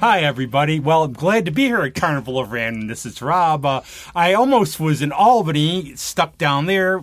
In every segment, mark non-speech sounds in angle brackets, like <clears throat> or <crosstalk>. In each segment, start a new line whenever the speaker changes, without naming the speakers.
Hi, everybody. Well, I'm glad to be here at Carnival of Randomness. It's Rob. Uh, I almost was in Albany, stuck down there.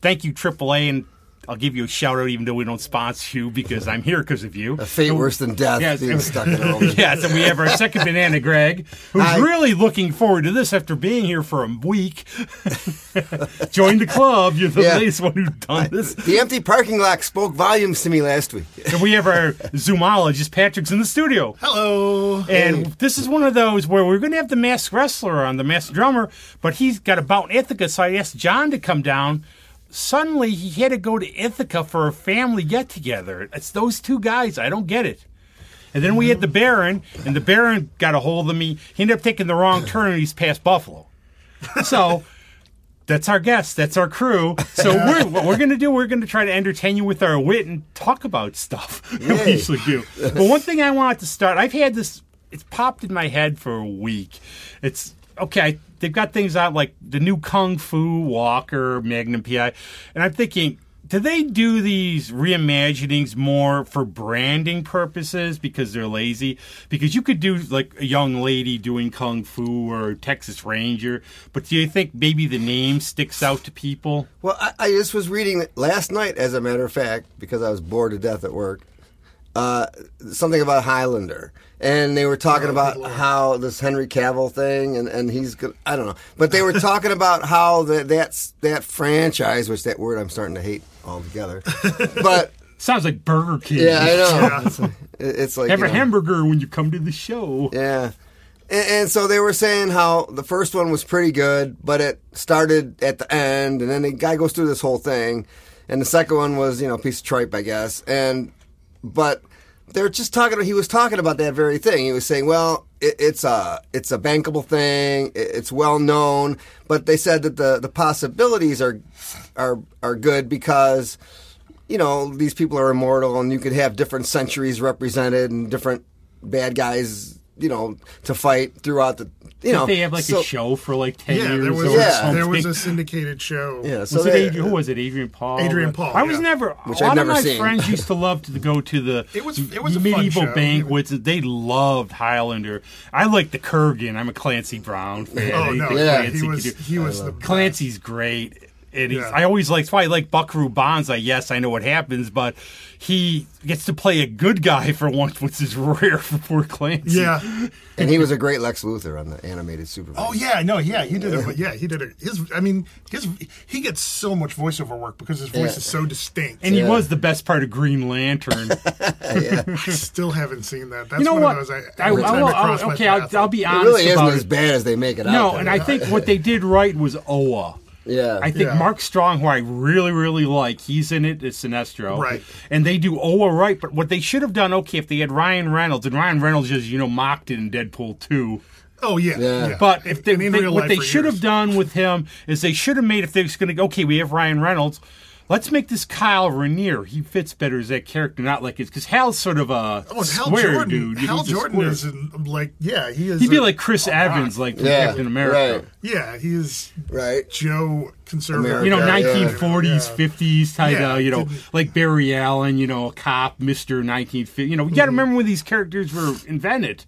Thank you, AAA, and I'll give you a shout out even though we don't sponsor you because I'm here because of
<laughs>
you.
A fate worse than death
Yes.
being stuck in Albany.
Yes, and we have our second banana, Greg, who's
Hi.
really looking forward to this after being here for a week. <laughs> Join the club. You're the
Yeah.
latest one who's done this.
The empty parking lot spoke volumes to me last week.
And we have our zoomologist, Patrick's in the studio.
Hello.
And this is one of those where we're going to have the masked wrestler on, the masked drummer, but he's got a bout in Ithaca, so I asked John to come down. Suddenly, he had to go to Ithaca for a family get together. It's those two guys. I don't get it. And then we had the Baron, and the Baron got a hold of me. He ended up taking the wrong turn, and he's past Buffalo. So. That's our guests. That's our crew. So we're, what we're going to do, we're going to try to entertain you with our wit and talk about stuff. <laughs> we
Yay.
usually do. But one thing I want to start, I've had this. It's popped in my head for a week. It's okay. They've got things out like the new Kung Fu Walker Magnum PI, and I'm thinking. Do they do these reimaginings more for branding purposes because they're lazy? Because you could do like a young lady doing kung fu or Texas Ranger, but do you think maybe the name sticks out to people?
Well, I, I just was reading it last night, as a matter of fact, because I was bored to death at work. Uh, something about Highlander, and they were talking about how this Henry Cavill thing, and, and he's good. I don't know, but they were talking about how that that's that franchise, which that word I'm starting to hate altogether. But
Sounds like Burger King.
yeah, I know it's, it's like
Have
you
a
know.
hamburger when you come to the show.
Yeah. And, and so they were saying how the first one was pretty good, but it started at the end, and then the guy goes through this whole thing, and the second one was you know a piece of tripe, I guess. And but they're just talking. He was talking about that very thing. He was saying, well, it, it's a it's a bankable thing. It, it's well known, but they said that the the possibilities are are are good because you know, these people are immortal and you could have different centuries represented and different bad guys, you know, to fight throughout the, you know.
they have like
Oh, so-
a show for like ten
Yeah,
years.
there was
or
Yeah.
there
something.
was a syndicated show.
Yeah, so
was it
they-
Adrian, who was it? Adrian Paul.
Adrian Paul,
I was
yeah.
never.
Which
a
I'd
lot
never
of my
seen.
friends used to love to go to the.
It was- it was a fun
medieval
show.
banquets. They loved Highlander. I like the Kurgan. I'm a Clancy Brown fan.
Oh
Anything
no,
Yeah.
he
Clancy
was
could do.
he was the
Clancy's great. And he's,
Yeah.
I always like, that's why I like Buckaroo Banzai. Yes, I know what happens, but he gets to play a good guy for once, which is <laughs> rare for poor Clancy.
yeah.
And he was a great Lex Luthor on the animated Superman.
Oh yeah, no, yeah, he did it. Yeah, he did it. His, I mean, his he gets so much voiceover work because his voice
Yeah.
is so distinct.
And he
Yeah.
was the best part of Green Lantern.
<laughs> I still haven't seen that. That's
you know
one
what?
of those. I,
I,
every time
will-
it crossed
I'll-
my
okay, I'll,
path,
I'll be
It
honest
really isn't
about
as
it.
bad as they make it out.
No,
to
and
be.
I think what they did right was Oa.
Yeah.
I think
Yeah.
Mark Strong, who I really, really like, he's in it as Sinestro.
Right.
And they do Oa right, but what they should have done, okay, if they had Ryan Reynolds, and Ryan Reynolds is, you know, mocked it in Deadpool 2.
Oh yeah,
Yeah.
yeah.
But if they,
And in
they-
real
what
life
they
for
should have
years.
done with him is they should have made if they're going to go, okay, we have Ryan Reynolds, let's make this Kyle Rainier. He fits better as that character, not like it's because Hal's sort of a
Oh, and Hal
square
Jordan,
dude. you know,
Hal
he's a
Jordan
square.
is in, like, yeah, he is.
He'd be
a-
like Chris
a
Evans,
rock.
like from
Yeah,
Captain America.
right.
yeah, he is
Right.
Joe conservative.
America,
You know,
Yeah, yeah.
1940s, 50s type
Yeah,
of, you know,
didn't-
like Barry Allen, you know, a cop, Mr. 1950. You know, you got to remember when these characters were invented.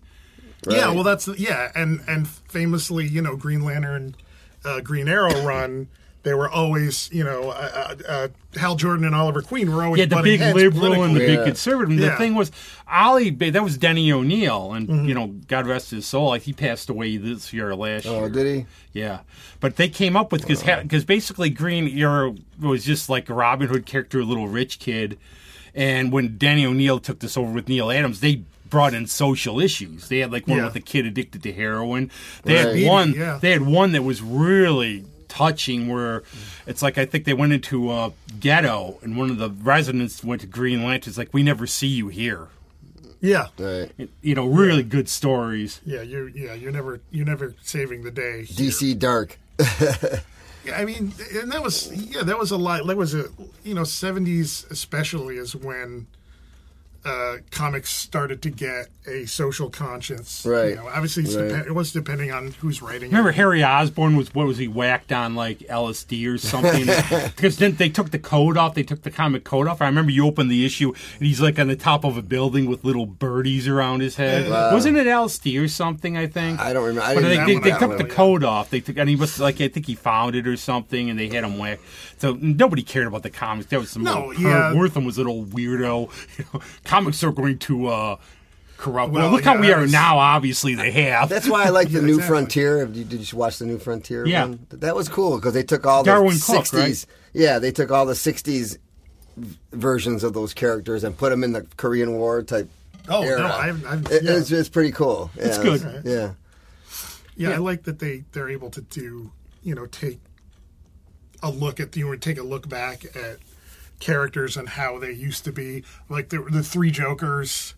Yeah,
Right.
well, that's yeah, and and famously, you know, Green Lantern, uh, Green Arrow run. They were always, you know, uh, uh, uh, Hal Jordan and Oliver Queen were always
Yeah, the
butting
big
heads
liberal and the
politically.
big
Yeah.
conservative. And The
Yeah.
thing was, Ollie, ba- that was Denny O'Neill, and you know, God rest his soul. Like he passed away this year or last year.
Oh, did he?
Yeah, but they came up with because because basically Green Arrow was just like a Robin Hood character, a little rich kid, and when Danny O'Neill took this over with Neil Adams, they brought in social issues. They had like one
Yeah.
with a kid addicted to heroin. They
Right.
had one.
Yeah.
They had one that was really touching where it's like I think they went into a ghetto and one of the residents went to Green Lanterns like we never see you here.
yeah,
Right.
You know, really good stories.
yeah, you're yeah, you're never you're never saving the day.
DC Dark.
Yeah, I mean, and that was yeah, that was a lot. That was a you know seventies especially is when uh, comics started to get a social conscience.
Right.
You know, obviously, it's
Right.
depen- it was depending on who's writing.
Remember
it.
Harry Osborne was what was he whacked on like LSD or something?
<laughs>
Because then they took the coat off. They took the comic coat off. I remember you opened the issue and he's like on the top of a building with little birdies around his head. Wasn't it LSD or something? I think.
Uh, I don't remember. I
but
didn't-
they,
that
they,
one
they
I
took
don't
the
really-
coat off. They took and he was like I think he found it or something and they had him whacked. So nobody cared about the comics. That was some
No,
old
yeah.
perv. Wortham was an old weirdo. <laughs> You know, comics are going to. uh Corrupt. Well,
Well,
look how
yeah,
we
that
are
was-
now. Obviously, they have.
That's why I like the New
exactly.
Frontier. Did you, did you watch the New Frontier?
Yeah.
one? that was cool because they took all
Darwin
the
Cook, right?
'60s. Yeah, they took all the '60s v- versions of those characters and put them in the Korean War type.
Oh, no,
era.
I've- I've-
It-
yeah.
it's, it's pretty cool. Yeah,
It's good.
it's- Yeah,
yeah, I like that they they're able to do you know take a look at the or take a look back at characters and how they used to be, like the the three Jokers.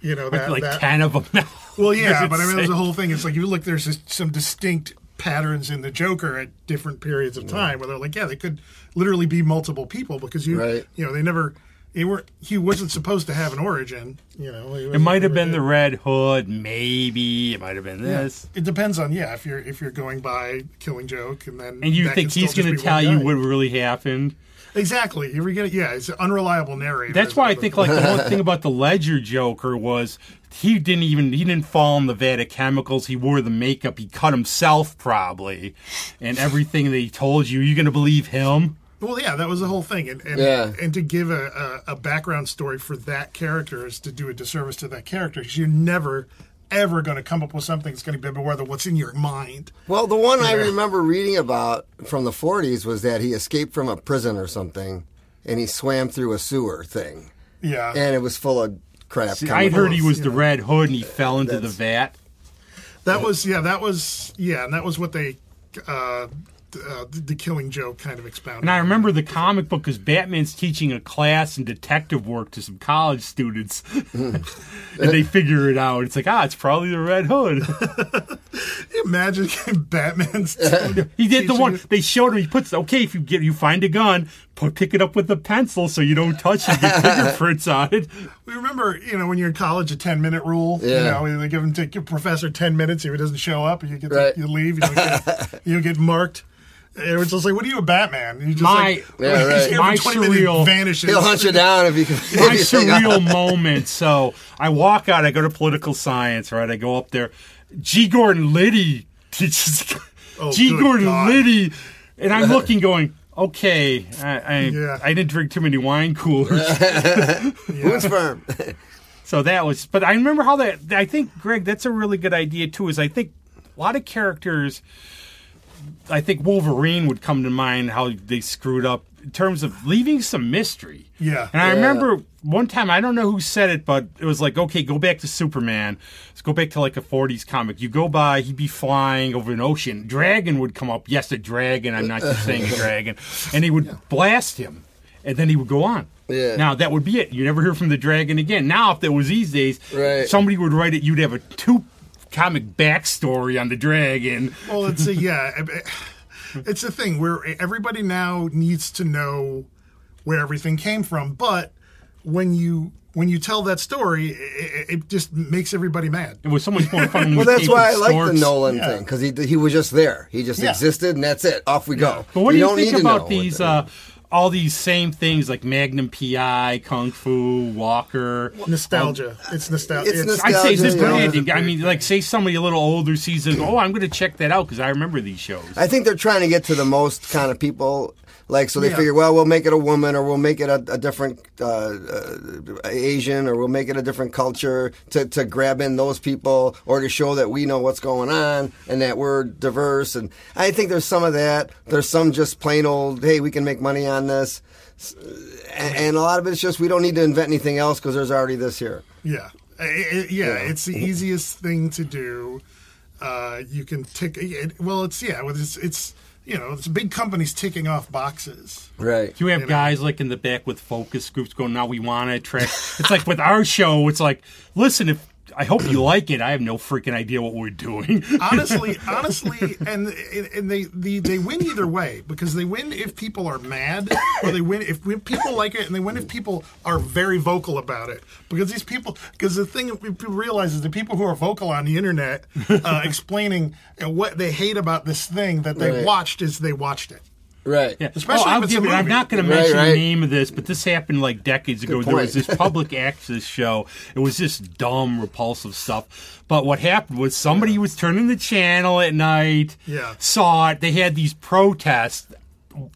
You know that
like
that,
ten of <laughs> them now.
Well, yeah,
It's
but I mean, there's the
insane.
whole thing. It's like you look. There's just some distinct patterns in the Joker at different periods of time where they're like, yeah, they could literally be multiple people because you,
Right.
you know, they never. They were. He wasn't supposed to have an origin. You know,
It might have been the Red Hood, maybe. It might have been this.
It depends on yeah. If you're if you're going by Killing Joke and then
And you
that
think
can
he's
still just
going
be
to tell
one
you
guy.
what really happened?
exactly. If you're gonna yeah, it's an unreliable narrator.
That's
is
why I
another
think
thing.
like the one
<laughs>
thing about the Ledger Joker was he didn't even he didn't fall in the vat of chemicals. He wore the makeup. He cut himself probably, and everything that he told you, you're going to believe him.
Well, yeah, that was the whole thing, and and,
Yeah.
and to give a, a, a background story for that character is to do a disservice to that character because you're never ever going to come up with something that's going to be better than what's in your mind.
Well, the one I remember reading about from the 40s was that he escaped from a prison or something, and he swam through a sewer thing,
Yeah,
and it was full of crap.
I heard he
chemicals.
was the Red Hood, and he fell into the
That's-
vat.
that was yeah, that was yeah, and that was what they. Uh, th- uh, the the Killing Joke kind of expounded.
And I remember the comic book because Batman's teaching a class in detective work to some college students, <laughs> and they figure it out. It's like, ah, it's probably the Red Hood. <laughs>
Can you imagine <laughs> Batman's.
He did the
Teaching
one
it.
they showed him. He puts okay if you get you find a gun, put, pick it up with a pencil so you don't touch it. Get fingerprints on it.
We remember, you know, when you're in college, a 10 minute rule.
Yeah.
You know, they give him to your professor 10 minutes. If he doesn't show up, you get to-
Right.
you leave. You
<laughs>
don't get, you don't get marked. It was just like, what are you, a Batman? You just
My-
like,
Yeah,
he's
right.
here for
My
20 minutes,
surreal-
vanishes.
He'll hunt you down if you.
<laughs>
If
my
you hang on.
surreal moment. So I walk out. I go to political science. Right, I go up there. G. Gordon Liddy <laughs> teaches.
Oh,
G.
good
Gordon
God.
Liddy, and I'm
<laughs>
looking, going, okay, I I,
Yeah.
I didn't drink too many wine coolers.
<laughs>
Boone's firm. <laughs>
So that was, but I remember how that. I think Greg, that's a really good idea too. Is I think a lot of characters. I think Wolverine would come to mind how they screwed up in terms of leaving some mystery.
Yeah.
and I remember one time I don't know who said it, but it was like, okay, go back to Superman. Let's go back to like a '40s comic. You go by, he'd be flying over an ocean. Dragon would come up. Yes, a dragon. I'm not just saying a dragon, and he would blast him, and then he would go on.
Yeah.
Now that would be it. You never hear from the dragon again. Now, if there was these days,
Right.
somebody would write it. You'd have a two comic backstory on the dragon.
well, it's a, yeah. <laughs> I- It's a thing where everybody now needs to know where everything came from. But when you. When you tell that story, it, it just makes everybody mad.
It was so much more fun. When
<laughs> Well,
we
that's
came
why I
from
like the
Storks.
Nolan
Yeah.
thing because he he was just there. He just
Yeah.
existed, and that's it. Off we go.
But what do
We
you
don't need
think
to know
about
what
these?
the-
Uh, all these same things like Magnum PI, Kung Fu, Walker.
Nostalgia. it's nostalgia.
It's
I'd say is this
Nostalgia, yeah.
branding. I mean, like, say somebody a little older sees it. Oh, I'm going to check that out because I remember these shows.
I think they're trying to get to the most kind of people. Like, so they
Yeah.
figure, well, we'll make it a woman, or we'll make it a, a different uh, uh, Asian, or we'll make it a different culture to, to grab in those people, or to show that we know what's going on and that we're diverse. And I think there's some of that. There's some just plain old, hey, we can make money on this. S- And, and a lot of it's just we don't need to invent anything else because there's already this here.
Yeah. I- I- yeah, it's the easiest thing to do. Uh, you can tick. It, well, it's yeah, well, it's it's you know, it's big companies ticking off boxes.
Right.
You have guys like in the back with focus groups going, now we want to attract. it's like with our show, it's like, listen, if I hope you like it. I have no freaking idea what we're doing. <laughs>
<laughs> honestly, honestly, and and they, they they win either way because they win if people are mad, or they win if, if people like it, and they win if people are very vocal about it. Because these people, because the thing that we realize is the people who are vocal on the internet <laughs> uh, explaining uh, what they hate about this thing that they
Right.
watched is they watched it.
Right.
Yeah.
Especially
oh, I'll
if it's a
give it- I'm
movie.
not going to
Right,
mention
right.
the name of this, but this happened like decades ago. There was
point.
this
<laughs>
public access show. It was just dumb, repulsive stuff. But what happened was somebody was turning the channel at night,
Yeah.
saw it. They had these protests.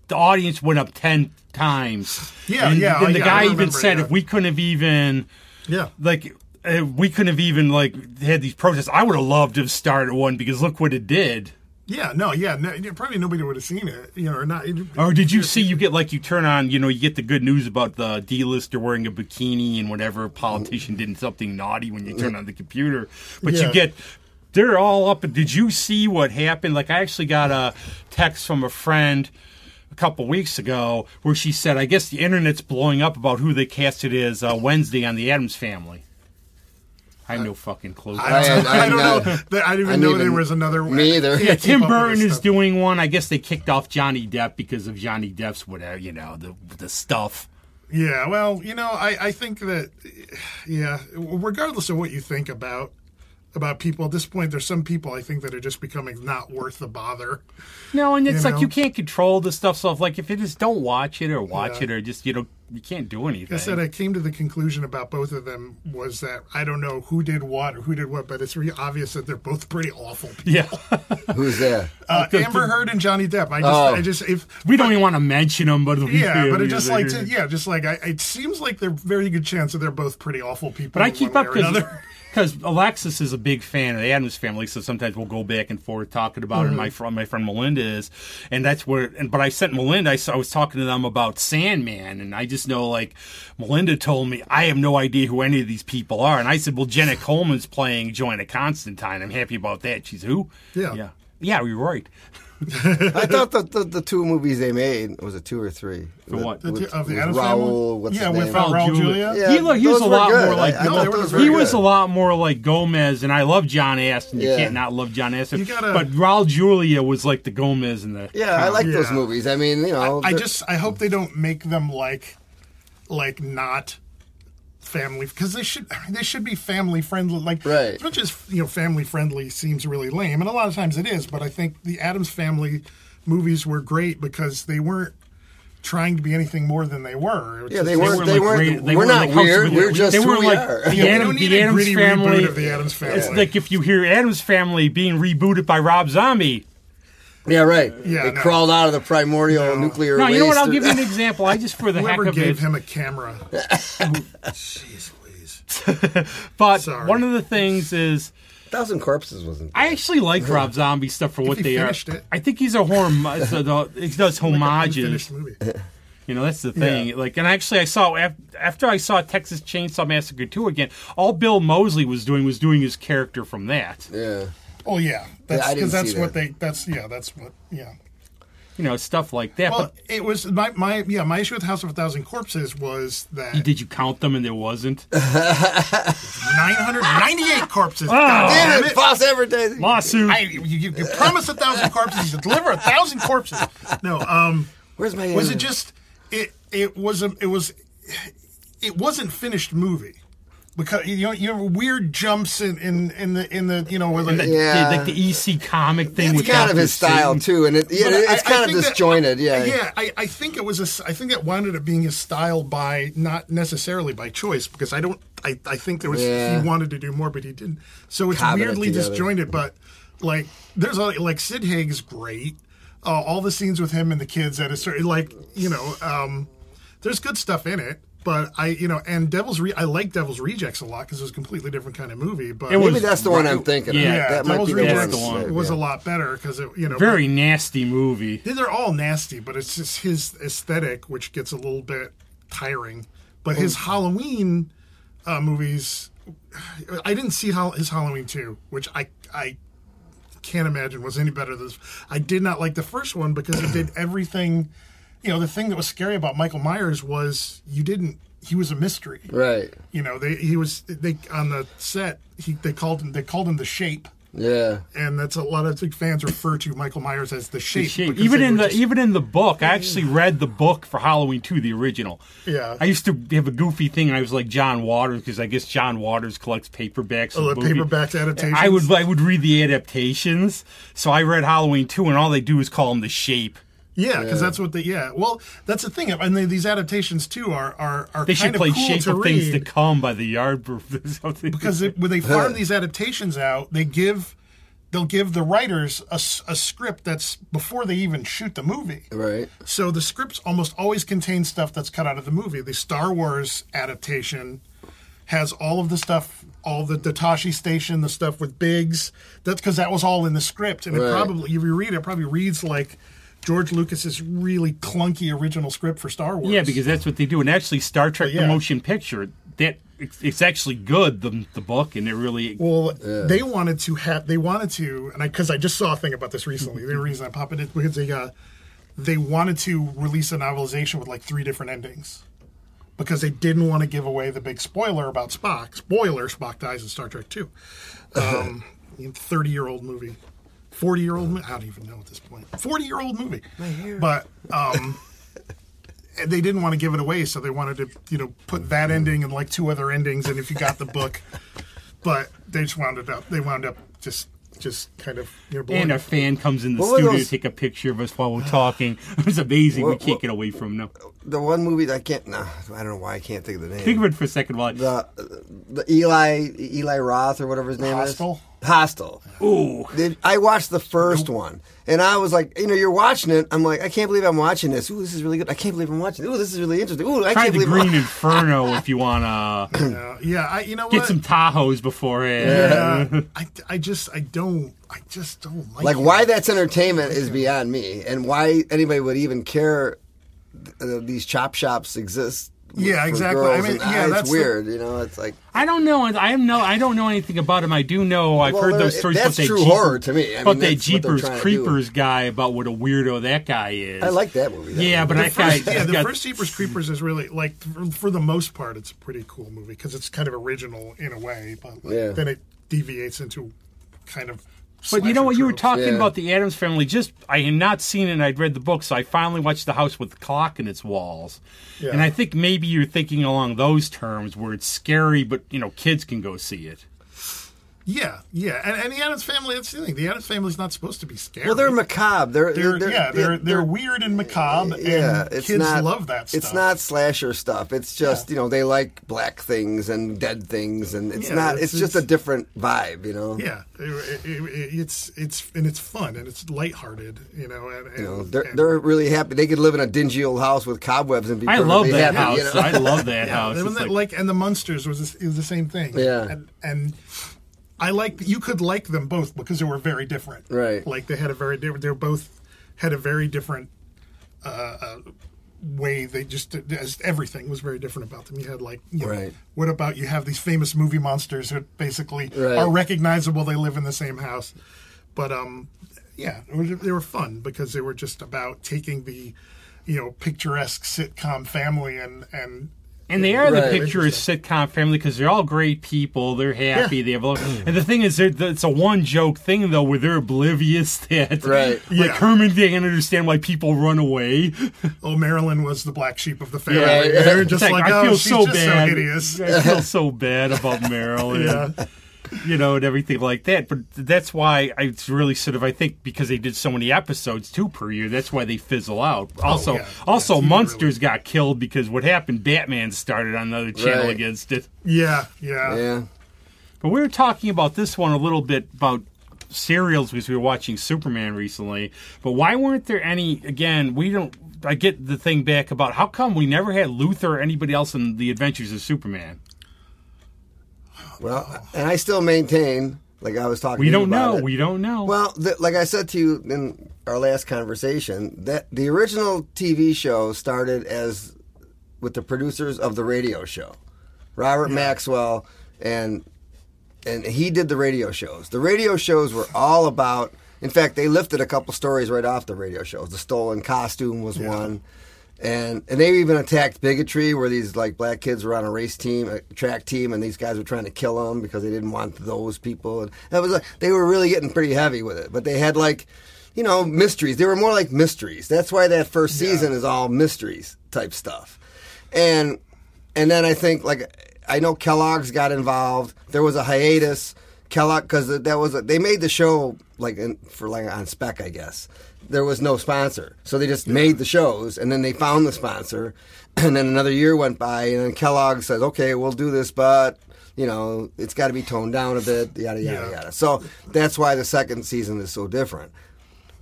The audience went up 10 times.
<laughs> Yeah,
and,
yeah,
And the
yeah, I
guy even
remember,
said,
yeah.
if we couldn't have even
Yeah.
like uh, we couldn't have even like had these protests. I would have loved to have started one because look what it did.
Yeah, no, yeah, no, probably nobody would have seen it, you know, or not.
Or did you see you get like you turn on you know you get the good news about the D-lister wearing a bikini and whatever politician did something naughty when you turn on the computer, but
Yeah.
you get they're all up. Did you see what happened? Like I actually got a text from a friend a couple weeks ago where she said, "I guess the internet's blowing up about who they casted as uh, Wednesday on the Adams Family." I have no fucking clue.
I,
I-
don't-
I-
I don't
I-
know. that- I didn't even
I
know
didn't
there
even-
was another.
me either. <laughs>
Yeah,
Yeah,
Tim
keep up with
Burton
this
is
stuff.
doing one. I guess they kicked off Johnny Depp because of Johnny Depp's whatever you know the the stuff.
Yeah, well, you know, I, I think that, yeah, regardless of what you think about about people at this point, there's some people I think that are just becoming not worth the bother.
No, and it's
You
like you
know?
can't control the stuff. So if, like if you just don't watch it or watch
Yeah.
it or just you know you can't do anything.
I said I came to the conclusion about both of them was that I don't know who did what or who did what, but it's really obvious that they're both pretty awful. people.
<laughs> yeah,
Who's there?
Uh, Amber Heard and Johnny Depp. I just,
Oh.
I just if
we don't even want to mention them, but we
Yeah,
do.
but it just like to, yeah, just like I, it seems like they're very good chance that they're both pretty awful people.
But I
in
keep
one
up
way or
<laughs>
another.
because Alexis is a big fan of the Adams Family, so sometimes we'll go back and forth talking about it. And
Mm-hmm.
my friend, my friend Melinda is, and that's where. And but I sent Melinda. I, s- I was talking to them about Sandman, and I just know like Melinda told me I have no idea who any of these people are, and I said, well, Jenna Coleman's playing Joanna Constantine. I'm happy about that. She's who?
Yeah.
yeah, yeah. You're right.
I thought the, the the two movies they made was it two or three? With-
what?
The
With,
two- of the
with
Addams
Raul,
Family?
what's
Yeah,
his
with
name?
Raul- Raul Julia?
Yeah, he, look, he was
those
a
were
lot
good.
more like
I, I
No,
thought
they were
those
very
he
were
was a
good.
lot more like Gomez, and I love John Aston. You
Yeah.
can't not love John Aston.
You gotta-
but Raul Julia was like the Gomez in the.
Yeah, I like those
Yeah.
movies. I mean, you know,
I
they're-
just I hope they don't make them like like not family because they should I mean, they should be family friendly like
Right.
as much as you know family friendly seems really lame and a lot of times it is but I think the Adams family movies were great because they weren't trying to be anything more than they were It's
Yeah, they
just-
weren't- they weren't-
rated-
we're not
House of
weird,
Williams.
we're just
they
who
were
we
like
are.
the,
Yeah,
we
Adam,
don't need
the
a
Adams
gritty
family.
reboot of the Addams
It's
Family.
like if you hear Adams Family being rebooted by Rob Zombie.
yeah, right.
Yeah,
they
no.
crawled out of the primordial nuclear.
No, you know what?
waste
I'll
or-
give you an example. I just for the heck
whoever
of it.
gave him a camera
<laughs>
jeez Louise
but
Sorry.
one of the things is.
Thousand Corpses wasn't.
I actually like Rob Zombie stuff for what
he
they are.
finished it.
I think he's a horm. <laughs> so the- he does homages.
Unfinished
<laughs>
movie
You know, that's the thing. Like, and actually, I saw af- after I saw Texas Chainsaw Massacre two again. All Bill Mosley was doing was doing his character from that.
Yeah,
oh yeah that's
I didn't
because that's
see
what
that.
they that's yeah that's what yeah
You know, stuff like that.
Well, it was my, my yeah my issue with House of a Thousand Corpses was that
but did you count them and there wasn't? <laughs>
998
Oh.
corpses. God
damn
damn
it, boss advertising.
Lawsuit.
I, you, you, you promise a thousand corpses, you deliver a thousand corpses. No, um,
Where's my?
was it just it? It was a, it was it wasn't finished movie because you know you have weird jumps in in, in the in the you know where like,
Yeah.
The- like the EC comic thing.
uh, It's
with
kind of
Dr.
his style
Satan.
too, and it, yeah,
But I-
it's
I
kind of
think that- uh,
disjointed. yeah,
yeah. I, I think it was a s I think that wound up being his style by not necessarily by choice because I don't. I, I think there was
Yeah.
he wanted to do more, but he didn't. So it's
Cobbing it
weirdly
together.
disjointed. But like, there's a, like Sid Haig's great. Uh, all the scenes with him and the kids at a certain like you know, um, there's good stuff in it. But I you know, and Devil's Re- I like Devil's Rejects a lot because it was a completely different kind of movie. But
It
Maybe
was-
that's the one I'm thinking. of.
Yeah,
that might
Devil's
be the
Rejects
one.
the one.
It
Yeah.
was a lot better because it you know
Very nasty movie.
they're all nasty, but it's just his aesthetic, which gets a little bit tiring. But his
Oh.
Halloween uh, movies, I didn't see Hal- his Halloween two, which I I can't imagine was any better than. I did not like the
<coughs>
first one because it did everything. You know, the thing that was scary about Michael Myers was you didn't he was a mystery.
Right.
You know, they he was they on the set. He they called him they called him the shape,
Yeah.
and that's a lot of like, fans refer to Michael Myers as the shape.
Shape.
because
Even
they
in
were
the
just-
even in the book, I actually read the book for Halloween 2, the original.
Yeah.
I used to have a goofy thing, and I was like John Waters because I guess John Waters collects paperbacks.
Oh,
and
the
movie-
paperback adaptations?
I would I would read the adaptations. So I read Halloween 2, and all they do is call him the Shape.
yeah, because that's what they yeah. Well, that's the thing, and they, these adaptations too are are are
They should
kind
play
of cool
Shape
to
of Things to
read.
Come by the Yardbird or <laughs> something.
because it, when they farm these adaptations out, they give they'll give the writers a, s- a script that's before they even shoot the movie.
Right.
So the scripts almost always contain stuff that's cut out of the movie. The Star Wars adaptation has all of the stuff, all the Datashi station, the stuff with Biggs. That's because that was all in the script, and
Right.
it probably if you read it, it probably reads like George Lucas's really clunky original script for Star Wars.
yeah, because that's what they do. And actually, Star Trek: The
yeah.
Motion Picture that it's, it's actually good the the book, and it really
Well, they wanted to have. They wanted to, and I because I just saw a thing about this recently. the reason I popped it is because they uh, they wanted to release a novelization with like three different endings because they didn't want to give away the big spoiler about Spock. Spoiler: Spock dies in Star Trek Two. Um, Thirty-year-old movie, forty-year-old. mo- I don't even know at this point. Forty-year-old movie, but um. <laughs> and they didn't want to give it away, so they wanted to, you know, put
Mm.
that ending and like two other endings. And if you got the book, <laughs> but they just wound it up. They wound up just, just kind of you know, blowing
And
it.
a fan comes in the
What were
studio
those-
to take a picture of us while we're talking. <laughs> It's amazing. we
What-
can't
what-
get away from them.
The one movie that I can't. Nah, I don't know why I can't think of the name.
Think of it for a second while. I,
the the Eli Eli Roth or whatever his name
Hostel?
is. Hostel.
ooh,
Did- I watched the first one, and I was like, you know, you're watching it. I'm like, I can't believe I'm watching this. Ooh, this is really good. I can't believe I'm watching. it. Ooh, this is really interesting. Ooh, I
try
can't
the
believe.
Green
I'm...
Inferno if you
<coughs>
want to
Uh, yeah, I, you know
get
what?
some Tahoes before it. <laughs>
yeah, I, I just, I don't, I just don't like.
Like,
it.
why that's entertainment is beyond me, and why anybody would even care. Uh, these chop shops exist.
Yeah,
for
exactly.
girls,
I mean,
and,
yeah,
it's
that's the-
weird. You know, it's like
I don't know. I am no. I don't know anything about him. I do know. I've
Well,
heard those
there-
stories.
that's
about that
true
Jeep-
horror to me. I mean,
about that
that's what they're
Jeepers
trying to do.
Creepers guy about what a weirdo that guy is.
I like that movie.
Yeah, but I
First,
guy.
yeah, the
got-
first Jeepers Creepers is really like for, for the most part, it's a pretty cool movie because it's kind of original in a way, but like,
Yeah.
then it deviates into kind of.
But you know
slasher
what? You were
tropes.
talking
Yeah.
about the Adams Family. Just I had not seen it. and I'd read the book, so I finally watched the house with the clock in its walls.
Yeah.
And I think maybe you're thinking along those terms, where it's scary, but you know kids can go see it.
Yeah, yeah, and, and the Adams family. That's the thing. The Adams family's not supposed to be scary.
Well, they're macabre. They're,
they're, yeah, they're, they're weird and macabre.
yeah,
and
it's
kids
not,
love that stuff.
It's not slasher stuff. It's just you know they like black things and dead things, and it's
Yeah,
not. It's,
it's-
just a
it's-
different vibe, you know.
Yeah, it- it- it- it's it's and it's fun and it's lighthearted, you know. And, and,
You know, they're,
and-
they're really happy. They could live in a dingy old house with cobwebs and be.
I love
perfectly
that
happy,
house.
you know?
I love that
yeah,
house.
and
It's
that-
like-
like, and the Munsters was this, is the same thing.
Yeah.
and and I like you could like them both because they were very different.
Right.
like they had a very different. They were both had a very different uh, way they just as everything was very different about them. You had like, you know,
Right.
what about you have these famous movie monsters who basically
Right.
are recognizable. They live in the same house, but um, yeah, it was, they were fun because they were just about taking the, you know, picturesque sitcom family and and
And they are the
Right.
picturesque sitcom family because they're all great people. They're happy.
Yeah.
They have, a lot-
Mm.
and the thing is, they're, it's a one joke thing though, where they're oblivious <laughs> that,
Right.
Like
Yeah.
Herman can't understand why people run away.
oh, Marilyn was the black sheep of
<laughs>
the family.
Right.
They're just like,
I
oh,
feel
she's
so
just
bad.
so
<laughs>
hideous.
I feel
<laughs>
so bad about Marilyn.
Yeah.
You know, and everything like that. But that's why I it's really sort of I think because they did so many episodes too per year, that's why they fizzle out. Also
Oh, yeah.
also
Yeah,
Munsters got killed because what happened, Batman started on another channel
Right.
against it.
Yeah, yeah,
yeah,
But we were talking about this one a little bit about serials because we were watching Superman recently. But why weren't there any? Again, we don't. I get the thing back about how come we never had Luther or anybody else in the Adventures of Superman.
well, and I still maintain, like I was talking.
We
to you
don't
about
know.
it.
We don't know.
Well, th- like I said to you in our last conversation, that the original TV show started as with the producers of the radio show, Robert Maxwell, and and he did the radio shows. The radio shows were all about. In fact, they lifted a couple stories right off the radio shows. The stolen costume was one, and and they even attacked bigotry where these like black kids were on a race team, a track team, and these guys were trying to kill them because they didn't want those people. And that was like they were really getting pretty heavy with it, but they had like. You know, mysteries. They were more like mysteries. That's why that first season is all mysteries type stuff. And and then I think like I know Kellogg's got involved. There was a hiatus. Kellogg because that was a, they made the show like in, for like on spec, I guess. There was no sponsor, so they just made the shows, and then they found the sponsor, <clears throat> and then another year went by, and then Kellogg says, "Okay, we'll do this, but." You know, it's got to be toned down a bit, yada, yada,
Yeah.
yada. So that's why the second season is so different.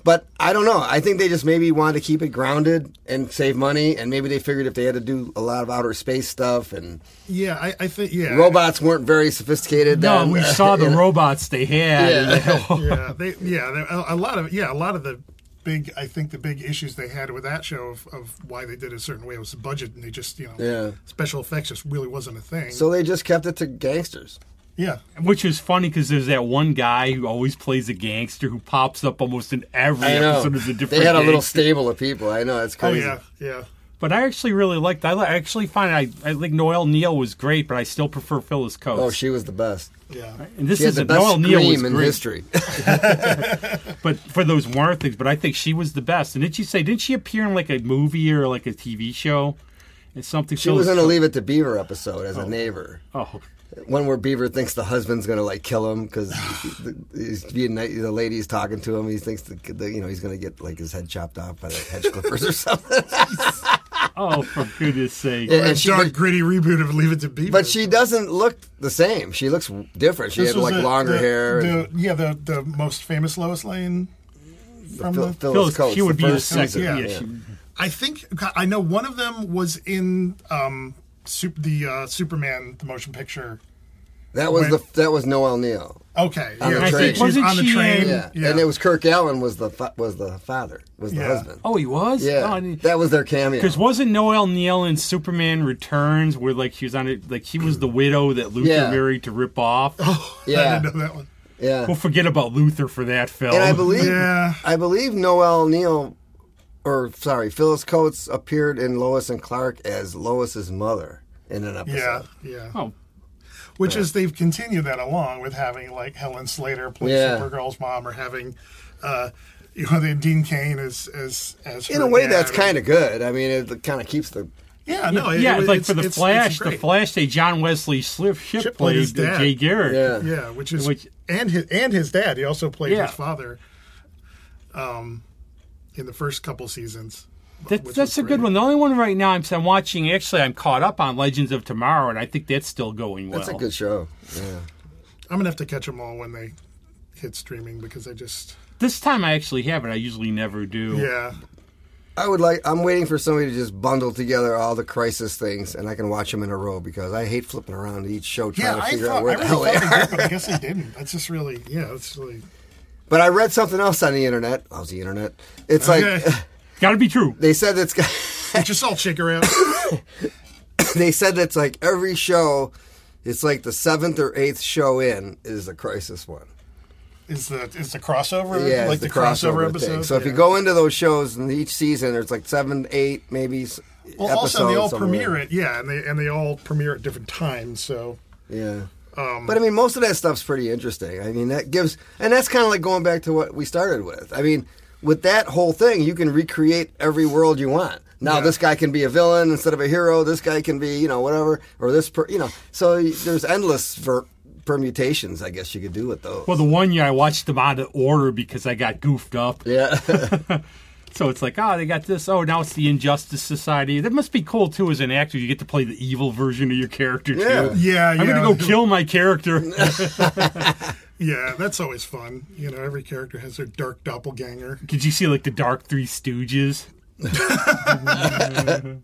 But I don't know. I think they just maybe wanted to keep it grounded and save money, and maybe they figured if they had to do a lot of outer space stuff and
Yeah, I, I think yeah.
robots weren't very sophisticated.
No,
then. <laughs> uh,
we saw the robots they had.
Yeah.
yeah, they, yeah, they- a, a lot of yeah, a lot of the big. I think the big issues they had with that show of, of why they did it a certain way was the budget, and they just you know,
Yeah.
special effects just really wasn't a thing.
So they just kept it to gangsters.
yeah,
<laughs> Which is funny because there's that one guy who always plays a gangster who pops up almost in every
I know.
episode as a different.
they had a little
gangster.
stable of people. I know that's
oh
crazy.
yeah, yeah,
But I actually really liked. I, li- I actually find I, I think Noel Neal was great, but I still prefer Phyllis Coates.
Oh, she was the best.
yeah.
and this
She had
is
the
a
best
Noel Neal was
scream
great,
in history. <laughs>
but for those Warner things. But I think she was the best. And did you say didn't she appear in like a movie or like a TV show? And something
She was in a Leave It to Beaver episode as a neighbor.
Oh,
One where Beaver thinks the husband's gonna like kill him
<sighs>
because he's being nice- the lady's talking to him. He thinks the, the you know he's gonna get like his head chopped off by like
<laughs>
hedge clippers or something.
oh, for goodness sake!
And-
A
and she-
dark, gritty reboot of Leave It to Beaver.
but she doesn't look the same. She looks different. She
This
had
was
like
the-
longer
the-
hair.
the-
and
yeah, the the most famous Lois Lane. From
Phil-
the,
Phyllis,
Coates,
she would
the
be the
first
second.
season.
Yeah,
yeah.
she-
I think I know one of them was in um, sup- the uh, Superman the motion picture.
That was
When-
the that was Noel Neal.
Okay,
On the
yeah,
train.
she was
Wasn't
on the
she
train.
in-
Yeah.
Mm, yeah.
and it was Kirk Allen was the fa- was the father was the
Yeah.
husband.
Oh, he was.
Yeah,
Oh, I didn't-
that was their cameo.
Because wasn't Noel Neal in Superman Returns where like she was on it like she was the widow that Luther
Yeah. Oh.
married to rip off?
I
Yeah,
didn't know that one.
yeah.
We'll forget about Luther for that film.
And I believe
Yeah.
I believe Noel Neal, or sorry, Phyllis Coates appeared in Lois and Clark as Lois's mother in an episode.
Yeah, yeah.
Oh,
Which is they've continued that along with having like Helen Slater play
Yeah.
Supergirl's mom, or having uh, you know then Dean Kane as as as
In a way, that's kind of good. I mean, it kind of keeps the
yeah no it-
yeah,
it-
like
it's-
for the
it's- it's
Flash, the
great.
Flash day John Wesley Slip Ship,
Ship played
played
his
the
dad.
Jay Garrick.
yeah.
yeah which is
Which-
and his and his dad he also played
Yeah.
his father um in the first couple seasons
That,
which
that's
was
a
great.
good one. The only one right now I'm, I'm watching. Actually, I'm caught up on Legends of Tomorrow, and I think that's still going well.
That's a good show. Yeah.
I'm gonna have to catch them all when they hit streaming because I just
This time I actually haven't. I usually never do.
yeah
I would like. I'm waiting for somebody to just bundle together all the crisis things, and I can watch them in a row because I hate flipping around to each show trying
yeah
to
I
figure
thought
out where
I
the
really
hell
thought
they
they
are.
did, but I guess they didn't <laughs> that's just really yeah that's really
But I read something else on the internet. Oh, the internet. It's like <laughs>
Okay.
Got to be true.
they said it's got,
it's just all shaker out
they said it's like every show, it's like the seventh or eighth show in is the crisis one.
is the is the crossover
Yeah, it's
like the, crossover, episode
So if you go into those shows and each season, there's like seven, eight, maybe. s-
well also they all
episodes, something like
premiere
that.
it yeah and they and they all premiere at different times so
Yeah.
Um,
but I mean, most of that stuff's pretty interesting. I mean, that gives, and that's kind of like going back to what we started with. I mean, with that whole thing, you can recreate every world you want. Now, this guy can be a villain instead of a hero. This guy can be, you know, whatever, or this, per, you know. So y- there's endless ver- permutations, I guess you could do with those.
Well, the one year I watched them out of order because I got goofed up.
yeah, <laughs>
So it's like, oh, they got this. Oh, now it's the Injustice Society. That must be cool too, as an actor. You get to play the evil version of your character
Yeah.
too.
yeah
I'm gonna go kill my
<laughs>
character. <laughs>
Yeah, that's always fun. You know, every character has their dark doppelganger.
Did you see like the Dark Three
<laughs>
Stooges? that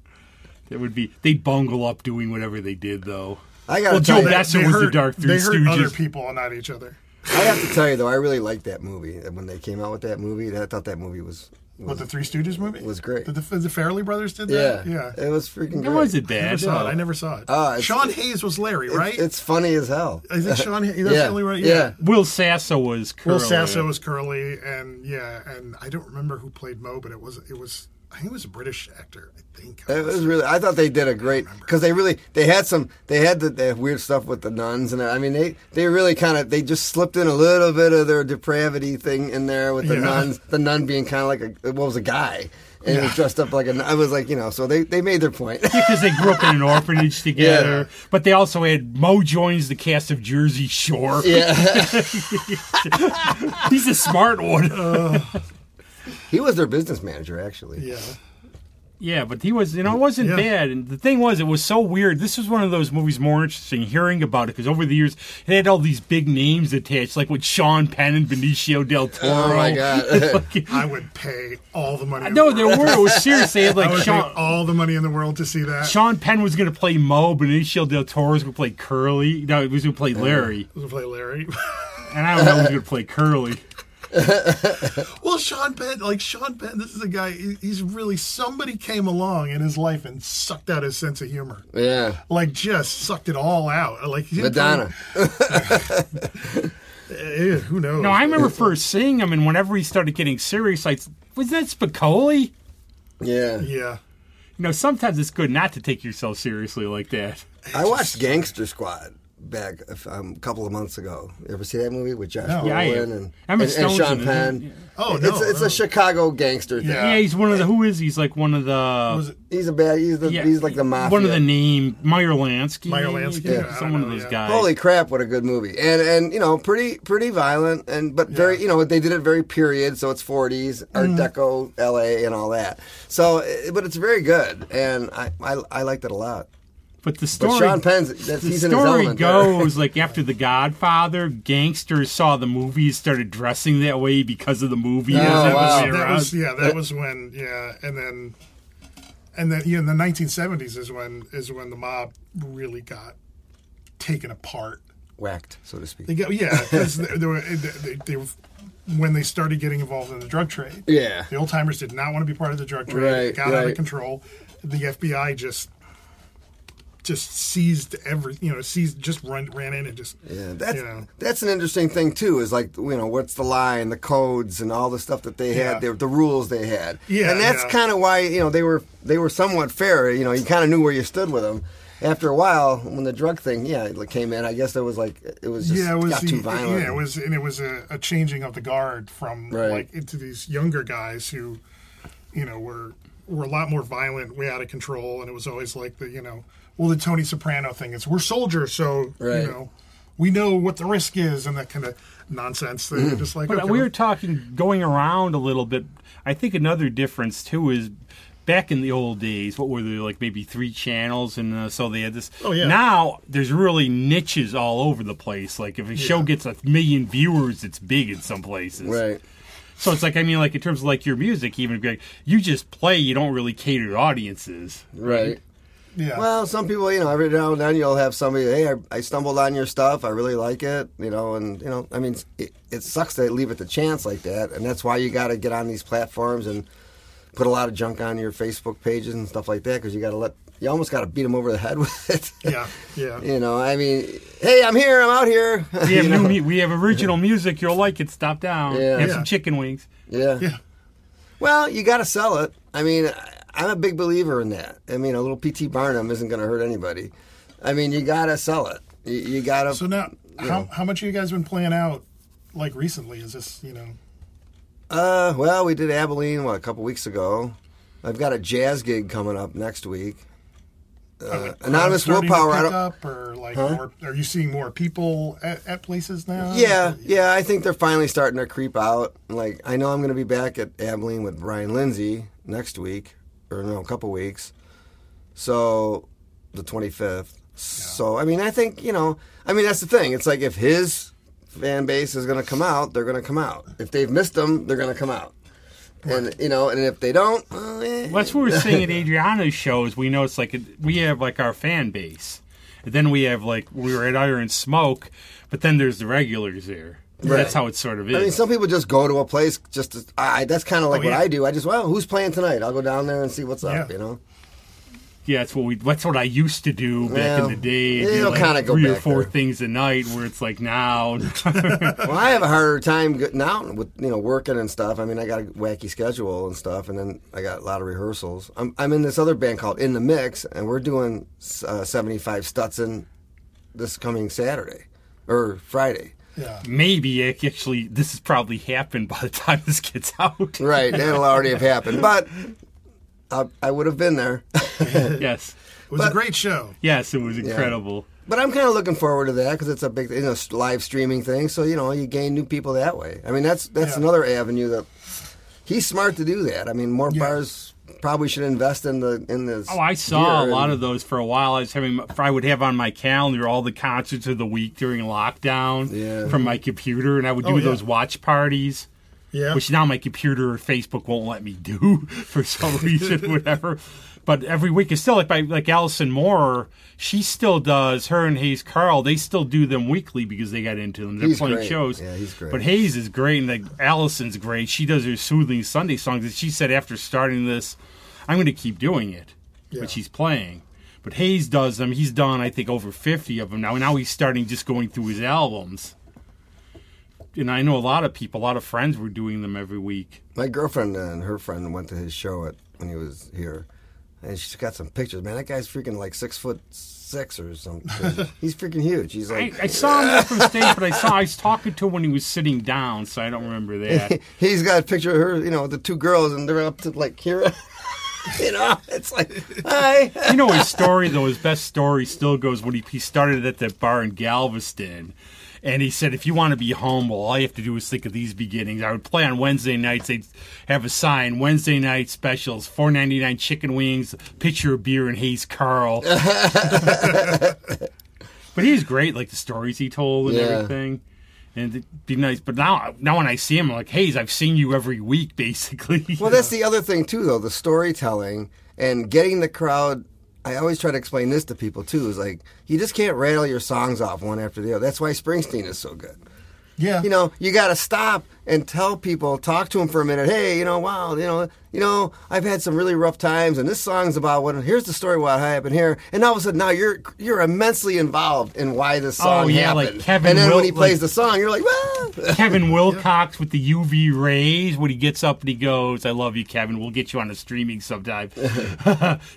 would be. They'd bungle up doing whatever they did though.
I gotta
Well,
tell
Joe
you,
Bass- That's who was the Dark Three
They hurt other
Stooges.
people and not each other.
I have to tell you though, I really liked that movie. And When they came out with that movie, I thought that movie was,
What the Three Stooges movie
was great.
The, the, the Farrelly brothers did
yeah,
that. Yeah,
it was freaking.
It
great.
wasn't
I
bad.
never saw it. I never saw it.
Ah, it's-
Sean Hayes was Larry,
It's-
right?
It's funny as hell.
I think Sean. Hayes, that's
Yeah,
the only right.
yeah.
Yeah.
Will Sasso was.
Will
Curly.
Sasso was Curly, and yeah, and I don't remember who played Mo, but it was it was I think it was a British actor. I think
It was really. I thought they did a great because they really they had some they had the, the weird stuff with the nuns and I mean they they really kind of they just slipped in a little bit of their depravity thing in there with the
Yeah.
nuns the nun being kind of like a well, it was a guy and he was dressed up like a nun. I was like you know so they they made their point. <laughs>
because they grew up in
<laughs>
an orphanage together. But they also had Mo joins the cast of Jersey Shore.
yeah,
<laughs> He's a smart
<laughs>
one.
Uh,
he was their business manager actually.
yeah.
yeah, but he was, you know, it wasn't
Yeah.
bad. And the thing was, it was so weird. This was one of those movies more interesting hearing about it because over the years it had all these big names attached, like with Sean Penn and Benicio del Toro.
Oh
<laughs>
my god. <laughs>
I would pay all the money. in
No,
the
there
world.
were. It was serious. They had
I
like
would
Sean.
pay all the money in the world to see that.
Sean Penn was going to play Mo, Benicio del Toro was going to play Curly. No, he was going to play Larry,
I was gonna play Larry. <laughs>
and I don't know who's going to play Curly.
well, Sean Penn, like Sean Penn, this is a guy. he- He's really somebody came along in his life and sucked out his sense of humor.
yeah.
Like just sucked it all out. Like he didn't-
Madonna.
Eh, who knows?
No, I remember first seeing him, and whenever he started getting serious, like, was that Spicoli? You
Yeah.
Yeah.
know, sometimes it's good not to take yourself seriously like that.
I watched Gangster Squad back a f- um, a couple of months ago. You ever see that movie with Josh
No.
Yeah, I
Brolin
am.
and,
I'm a
and, and
Stones
Sean
fan,
Penn?
yeah.
Oh,
it's,
no,
it's
no.
a Chicago gangster thing.
Yeah.
Yeah, he's one of the. Who is he? He's like one of the.
Was it?
He's a bad. He's the.
yeah,
he's like the mafia.
One of the name Meyer Lansky.
Meyer
maybe?
Lansky,
Yeah,
yeah, I
some
don't
one of
know,
those
yeah.
guys.
Holy crap! What a good movie. And and you know, pretty pretty violent and but very you know they did it very period. So it's 40s, Art
Mm-hmm.
Deco, L.A. and all that. So, eh, but it's very good, and I I, I liked it a lot.
but the
But
story.
Sean
<laughs>
Penn's that's,
the
he's in his
story
element. there.
goes like after The Godfather, gangsters saw the movie, started dressing that way because of the movie.
Oh,
That was
wow.
the
that was
era.
yeah that was when yeah and then and then yeah in the 1970s is when is when the mob really got taken apart
whacked, so to speak.
they got yeah
<laughs>
because they, they were they, they, they when they started getting involved in the drug trade
Yeah.
the old timers did not want to be part of the drug trade
Right,
it got out
right.
of control the fbi just just seized every you know seized just run, ran in and just
Yeah, that's
you know
that's an interesting thing too. Is like you know what's the line, the codes, and all the stuff that they
Yeah.
had, the, the rules they had.
Yeah,
and that's
yeah.
kind of why you know they were they were somewhat fair. You know, you kind of knew where you stood with them. After a while, when the drug thing, yeah, it came in. I guess it was like it was just
yeah, it was
got
the,
too violent.
Yeah, it was, and it was a, a changing of the guard from
Right.
like into these younger guys who, you know, were were a lot more violent, way out of control, and it was always like the you know, well, the Tony Soprano thing is we're soldiers, so
Right.
you know, we know what the risk is, and that kind of nonsense. They're
Mm-hmm.
just like,
But
okay,
we were talking going around a little bit. I think another difference too is back in the old days, what were there like maybe three channels, and uh, so they had this.
Oh, yeah.
Now there's really niches all over the place. Like if a show gets a million viewers, it's big in some places.
right.
So it's like I mean, like in terms of like your music, even Greg, you just play. You don't really cater to audiences.
Right.
yeah,
Well, some people, you know, every now and then you'll have somebody, hey, I, I stumbled on your stuff. I really like it, you know, and, you know, I mean, it, it sucks to leave it to chance like that. And that's why you got to get on these platforms and put a lot of junk on your Facebook pages and stuff like that because you got to let, you almost got to beat them over the head <laughs> with it.
yeah, yeah,
You know, I mean, hey, I'm here, I'm out here. <laughs>
We
You
have
know?
new, mu- we have original music. You'll like it. Stop down.
Yeah.
Have
Yeah.
some chicken wings.
yeah.
yeah.
Well, you got to sell it. I mean, I- I'm a big believer in that. I mean, a little PT Barnum isn't going to hurt anybody. I mean, you got to sell it. You, you got to.
So now, how how much have you guys been playing out? Like recently, is this you know?
Uh, well, we did Abilene what a couple weeks ago. I've got a jazz gig coming up next week. Uh, Anonymous
starting to
Willpower. I
pick
don't,
up or like more, are you seeing more people at, at places now?
yeah, yeah. I think they're finally starting to creep out. Like I know I'm going to be back at Abilene with Brian Lindsay next week, or no, a couple weeks. So, the 25th. So I mean, I think you know. I mean, that's the thing. It's like if his fan base is going to come out, they're going to come out. If they've missed them, they're going to come out. And you know, and if they don't, well, eh.
Well, that's what we're
<laughs>
saying at Adriana's shows. We know it's like it- we have like our fan base, and then we have like we were at Iron Smoke, but then there's the regulars there. That's how it sort of is.
I mean, some people just go to a place just to. I, that's kind of like
Oh,
what
yeah.
I do. I just, well, who's playing tonight? I'll go down there and see what's up,
Yeah.
you know?
yeah, that's what we. That's what I used to do back
Yeah.
in the day. I
It'll
did, like,
kinda go
three or
back
four
there.
things a night, where it's like
<laughs>
now.
Well, I have a harder time go- now with you know working and stuff. I mean, I got a wacky schedule and stuff, and then I got a lot of rehearsals. I'm I'm in this other band called In the Mix, and we're doing uh, 75 Stutson this coming Saturday or Friday.
Yeah.
maybe ac- actually this has probably happened by the time this gets
<laughs>
out.
Right, that'll already have happened, but I, I would have been there.
yes,
It was a great show.
yes, it was incredible.
But I'm kind of looking forward to that because it's a big, you know, live streaming thing. So you know, you gain new people that way. I mean, that's that's
Yeah.
another avenue that he's smart to do that. I mean, more
Yeah.
bars probably should invest in the in this.
Oh, I saw a
gear
lot
and-
of those for a while. I was having, I would have on my calendar all the concerts of the week during lockdown
Yeah.
from my computer, and I would do
Oh, yeah.
those watch parties.
Yeah.
which now my computer or Facebook won't let me do <laughs> for
<laughs>
some reason, whatever. But every week is still like by like Allison Moore, she still does her and Hayes Carl. They still do them weekly because they got into them. They're
He's
playing
great.
shows.
Yeah, he's great.
But Hayes is great, and like Allison's great. She does her soothing Sunday songs, and she said after starting this, I'm going to keep doing it.
Yeah.
But she's playing. But Hayes does them. He's done I think over 50 of them now. Now he's starting just going through his albums and I know a lot of people, a lot of friends were doing them every week.
my girlfriend and her friend went to his show at when he was here, and she's got some pictures. Man, that guy's freaking like six foot six or something.
<laughs>
he's freaking huge. He's
I,
like.
I saw him there from the stage, but I saw I was talking to him when he was sitting down, so I don't remember
<laughs>
that.
He's got a picture of her, you know, the two girls, and they're up to like here. <laughs> you know, it's like, hi.
You know his story though. His best story still goes when he, he started at that bar in Galveston, and he said, "If you want to be humble, all you have to do is think of these beginnings. I would play on Wednesday nights. They'd have a sign: Wednesday night specials, four ninety nine chicken wings, pitcher of beer, and Hayes
<laughs>
Carl." but he's great, like the stories he told and
Yeah.
everything. And it'd be nice, but now, now when I see him, I'm like, "Hayes, I've seen you every week, <laughs> basically."
Well, that's the other thing too, though the storytelling and getting the crowd. I always try to explain this to people too. Is like you just can't rattle your songs off one after the other. That's why Springsteen is so good.
yeah.
You know, you got to stop and tell people, talk to them for a minute. Hey, you know, wow, you know, you know, I've had some really rough times, and this song's about what. and Here's the story why it happened here, and all of a sudden now you're you're immensely involved in why this song
Oh, yeah, like
happened.
Kevin
and then
Wil-
when he plays
like-
the song, you're like, wow.
Kevin Wilcox with the UV rays when he gets up and he goes, "I love you, Kevin. We'll get you on a streaming
<laughs>
sometime."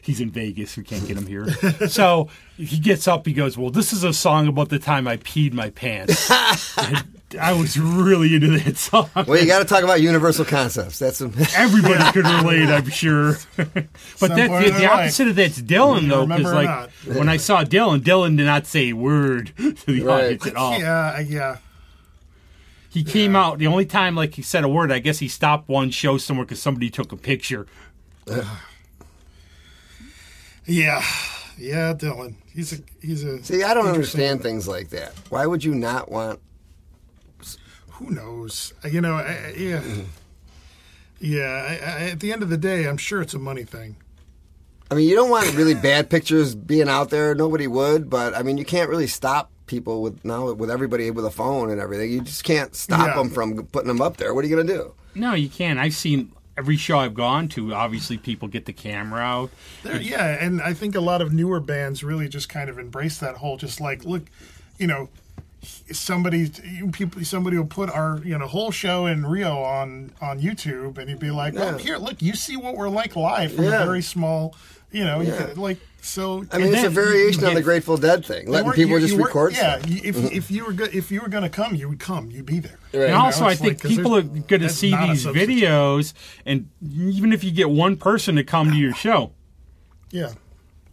He's in Vegas. We can't get him here. so he gets up. He goes, "Well, this is a song about the time I peed my pants." And I was really into that song.
<laughs> well, you got to talk about universal concepts. That's some. <laughs>
Everybody could relate, I'm sure. <laughs> but that's
part
the,
of their
the opposite of that's Dylan, though, because
remember or
like
not.
when I saw Dylan, Dylan did not say a word to the
Right.
audience at all.
Yeah. I- Yeah.
He came out the only time like he said a word. I guess he stopped one show somewhere because somebody took a picture.
Yeah. Yeah. Dylan. He's a. He's a.
See, I don't understand things like that. Why would you not want?
who knows? I- You know, I, I- yeah,
Mm-hmm.
yeah. I, I, at the end of the day, I'm sure it's a money thing.
I mean, you don't want really bad pictures being out there. Nobody would, but I mean, you can't really stop people with now with everybody with a phone and everything. You just can't stop
Yeah.
them from putting them up there. What are you gonna do?
No, you can't. I've seen every show I've gone to. Obviously, people get the camera out.
There, yeah, and I think a lot of newer bands really just kind of embrace that whole just like look, you know, somebody you people somebody will put our you know whole show in Rio on on YouTube, and you'd be like, well,
Yeah.
here, look, you see what we're like live from
Yeah.
a very small, you know, you
Yeah.
could, like so.
I mean, it's a
then you-
variation
you
on the
get-
Grateful Dead thing,
you
letting
weren't-
people
you-
just
you weren't-
record.
Yeah,
stuff. Mm-hmm.
you- if if you were go, if you were going to come, you would come. You'd be there.
Right.
And
You know,
also, I
it's
think
like- 'cause
people are
there's-
going to
that's
see
not a
these
substitute.
videos, and even if you get one person to come to your show,
Yeah,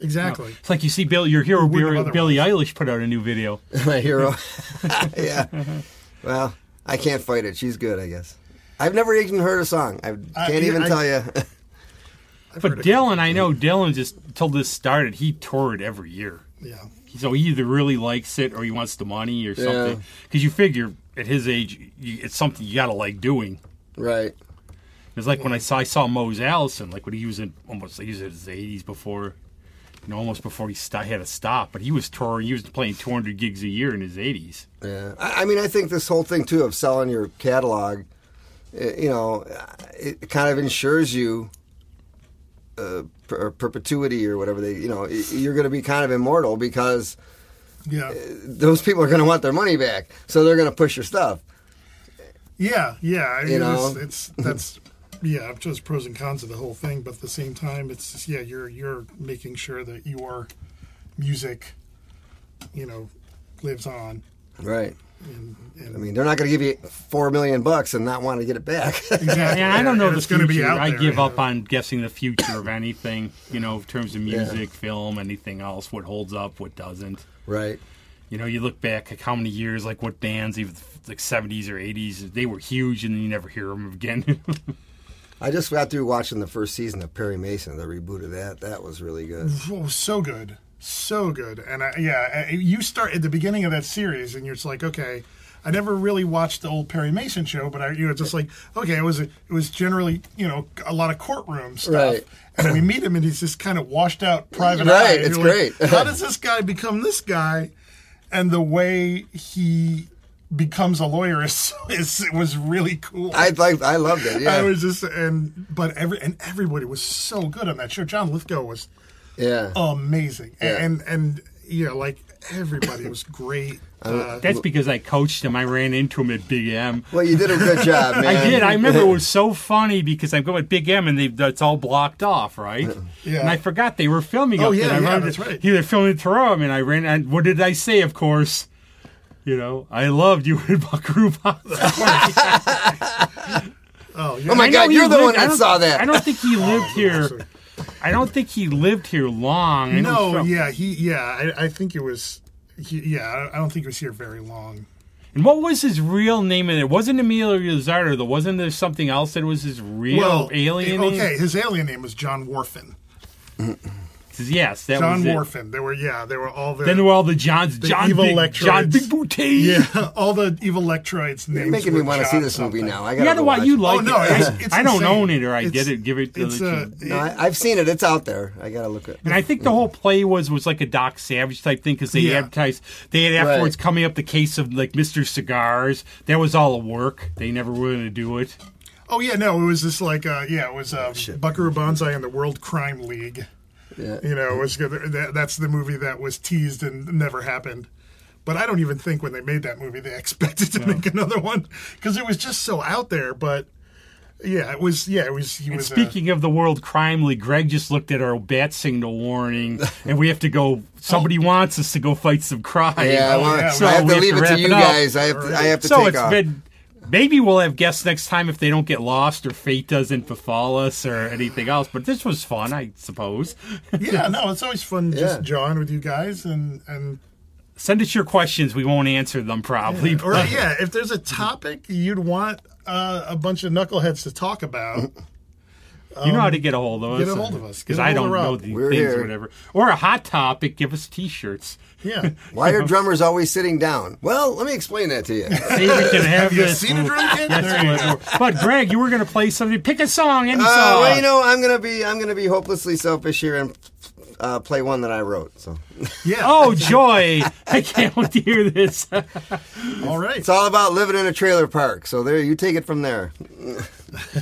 exactly.
it's like you see Bill, your hero,
wouldn't
Billy,
have
Billie Eilish put out a new video.
<laughs> my
<laughs>
hero. yeah. Well, I can't fight it. She's good, I guess. I've never even heard a song. I can't
I-
even
Uh, I-
tell you.
But Dylan, I know Dylan just till this started, he toured every year.
Yeah,
So he either really likes it or he wants the money or something. Because you figure at his age, you, it's something you got to like doing.
<laughs> right.
It's like when I saw I saw Mose Allison, like when he was in almost he was in his eighties before, you know, almost before he st- had to stop. But he was touring, he was playing two hundred gigs a year in his eighties.
Yeah, I, I mean, I think this whole thing too of selling your catalog, eh, uh, you know, uh, it kind of ensures you uh, per- perpetuity or whatever they, you know, y- you're going to be kind of immortal because
Yeah.
Eh, those people are going to want their money back, so they're going to push your stuff.
Yeah, yeah. I mean,
You know?
it's, it's that's <laughs> yeah, just pros and cons of the whole thing, but at the same time, it's just, yeah, you're you're making sure that your music, you know, lives on.
Right.
And, and
I mean, they're not going to give you four million bucks and not want to get it back. <laughs>
exactly,
<laughs> Yeah, I don't know
and
the
it's gonna
future.
Be out
I
there,
give
you
up
know?
on guessing the future of anything, you know, in terms of music, film, anything else, what holds up, what doesn't.
right.
You know, you look back like how many years, like what bands, even like 70s or 80s, they were huge and then you never hear them again. <laughs>
I just got through watching the first season of Perry Mason, the reboot of that. That was really good.
Oh, so good, so good. And I, yeah, I- you start at the beginning of that series, and you're just like, okay. I never really watched the old Perry Mason show, but I, you know, just like okay, it was it was generally you know a lot of courtroom stuff,
Right.
and we meet him, and he's this kind of washed out private.
Right,
eye.
it's
You're like,
great.
How does this guy become this guy? And the way he becomes a lawyer is, <laughs> is was really cool.
I like. I loved it. Yeah.
I was just and but every and everybody was so good on that show. John Lithgow was
yeah.
amazing,
Yeah.
and and you know, like everybody
<laughs>
was great. Uh,
That's because I coached him. I ran into him at Big M.
Well, you did a good job, man.
<laughs> I did.
<laughs>
I remember it was so funny because I'm going Big M and they, that's all blocked off, right?
Yeah.
And I forgot they were filming.
Oh,
up there.
yeah,
I
yeah,
remember
that's right.
They were filming in Toronto, and I ran. And what did I say? Of course, you know, I loved you <laughs> in Buckaroo
<laughs>
Banzai.
oh, yeah.
<laughs> Oh my
I know
God,
he
you're the
lived-
one
I
that
don't-
saw that.
I don't think
<laughs>
he lived
Oh, sorry.
here. I don't think he lived here long. I know
no,
from-
yeah, he, yeah, I, I think it was, he, yeah, I- I don't think it was here very long.
And what was his real name? And it wasn't Emilio Lizardo. Though wasn't there something else that was his real alien name?
okay, his alien name was John Warfin.
'Cause Yes, that
John
was it.
Warfin. They were, yeah, they were all the,
Then there were all the Johns, John
evil
Big,
lecturers.
John Big Boutte.
<laughs> yeah, all the evil Electroids.
<laughs>
Names
You're making me
were
want to see
John
this movie
something.
now. I
You
gotta
gotta
go
why
watch
you
it.
like
Oh no,
it.
it's,
I-
it's
I don't
insane.
own it or I
It's-
get it. Give it to
It's uh,
the
a,
kid.
No, I, I've seen it. It's out there. I gotta look at.
And I think the whole play was was like a Doc Savage type thing because they
Yeah.
advertised they had afterwards
Right.
coming up the case of like Mr. Cigars. That was all a work. They never were going to do it.
oh yeah, no, it was just like, uh, yeah, it
Oh,
was uh, Buckaroo Banzai and the World Crime League.
Yeah.
You know, it was good. That, that's the movie that was teased and never happened. But I don't even think when they made that movie they <laughs> expected to make another one because it was just so out there. But yeah, it was. Yeah, it was. He
And
was uh,
speaking of the World Crime League, Greg just looked at our bat signal
<laughs>
warning, and we have to go. Somebody wants us to go fight some crime.
Oh. Yeah, I,
Oh,
want,
yeah,
so
I have
we
to
have
leave
to
it
wrap
to you
it up.
guys. I have to, I have to
so
take
it's
off.
been maybe we'll have guests next time if they don't get lost or fate doesn't befall us or anything else but this was fun i suppose
yeah, no, it's always fun
Yeah.
just jawing with you guys and and
send us your questions we won't answer them probably
or yeah, if there's a topic you'd want uh, a bunch of knuckleheads to talk about,
you know how to get a hold of us
um, get a hold of us. Get
because
a
i
hold
don't
of Rob.
know the
We're
things
here.
or whatever or a hot topic give us t-shirts
yeah.
Why are drummers always sitting down? Well, let me explain that
<laughs>
to you. Uh,
See, we
<laughs>
can have,
Have you
this.
seen a drum kit? There you
That's
go.
what we're- but greg you were going to play something pick a song any
Uh,
song
well, you know, I'm gonna be I'm gonna be hopelessly selfish here and uh, play one that I wrote. So
Yeah.
oh joy i can't wait to hear this
all right.
it's all about living in a trailer park. So there, you take it from there.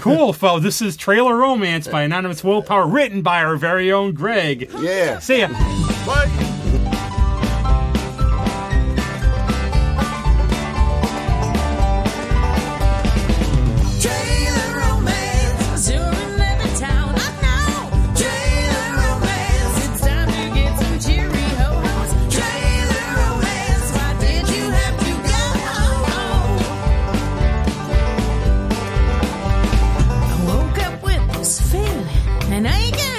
cool fellow this is trailer romance by anonymous willpower written by our very own greg
Yeah.
see ya
Bye.
Trailer romance, you're in every town I know. Trailer romance, it's time to get some cheery ho hos. Trailer romance, why did you have to go? I woke up with this feeling, and I ain't got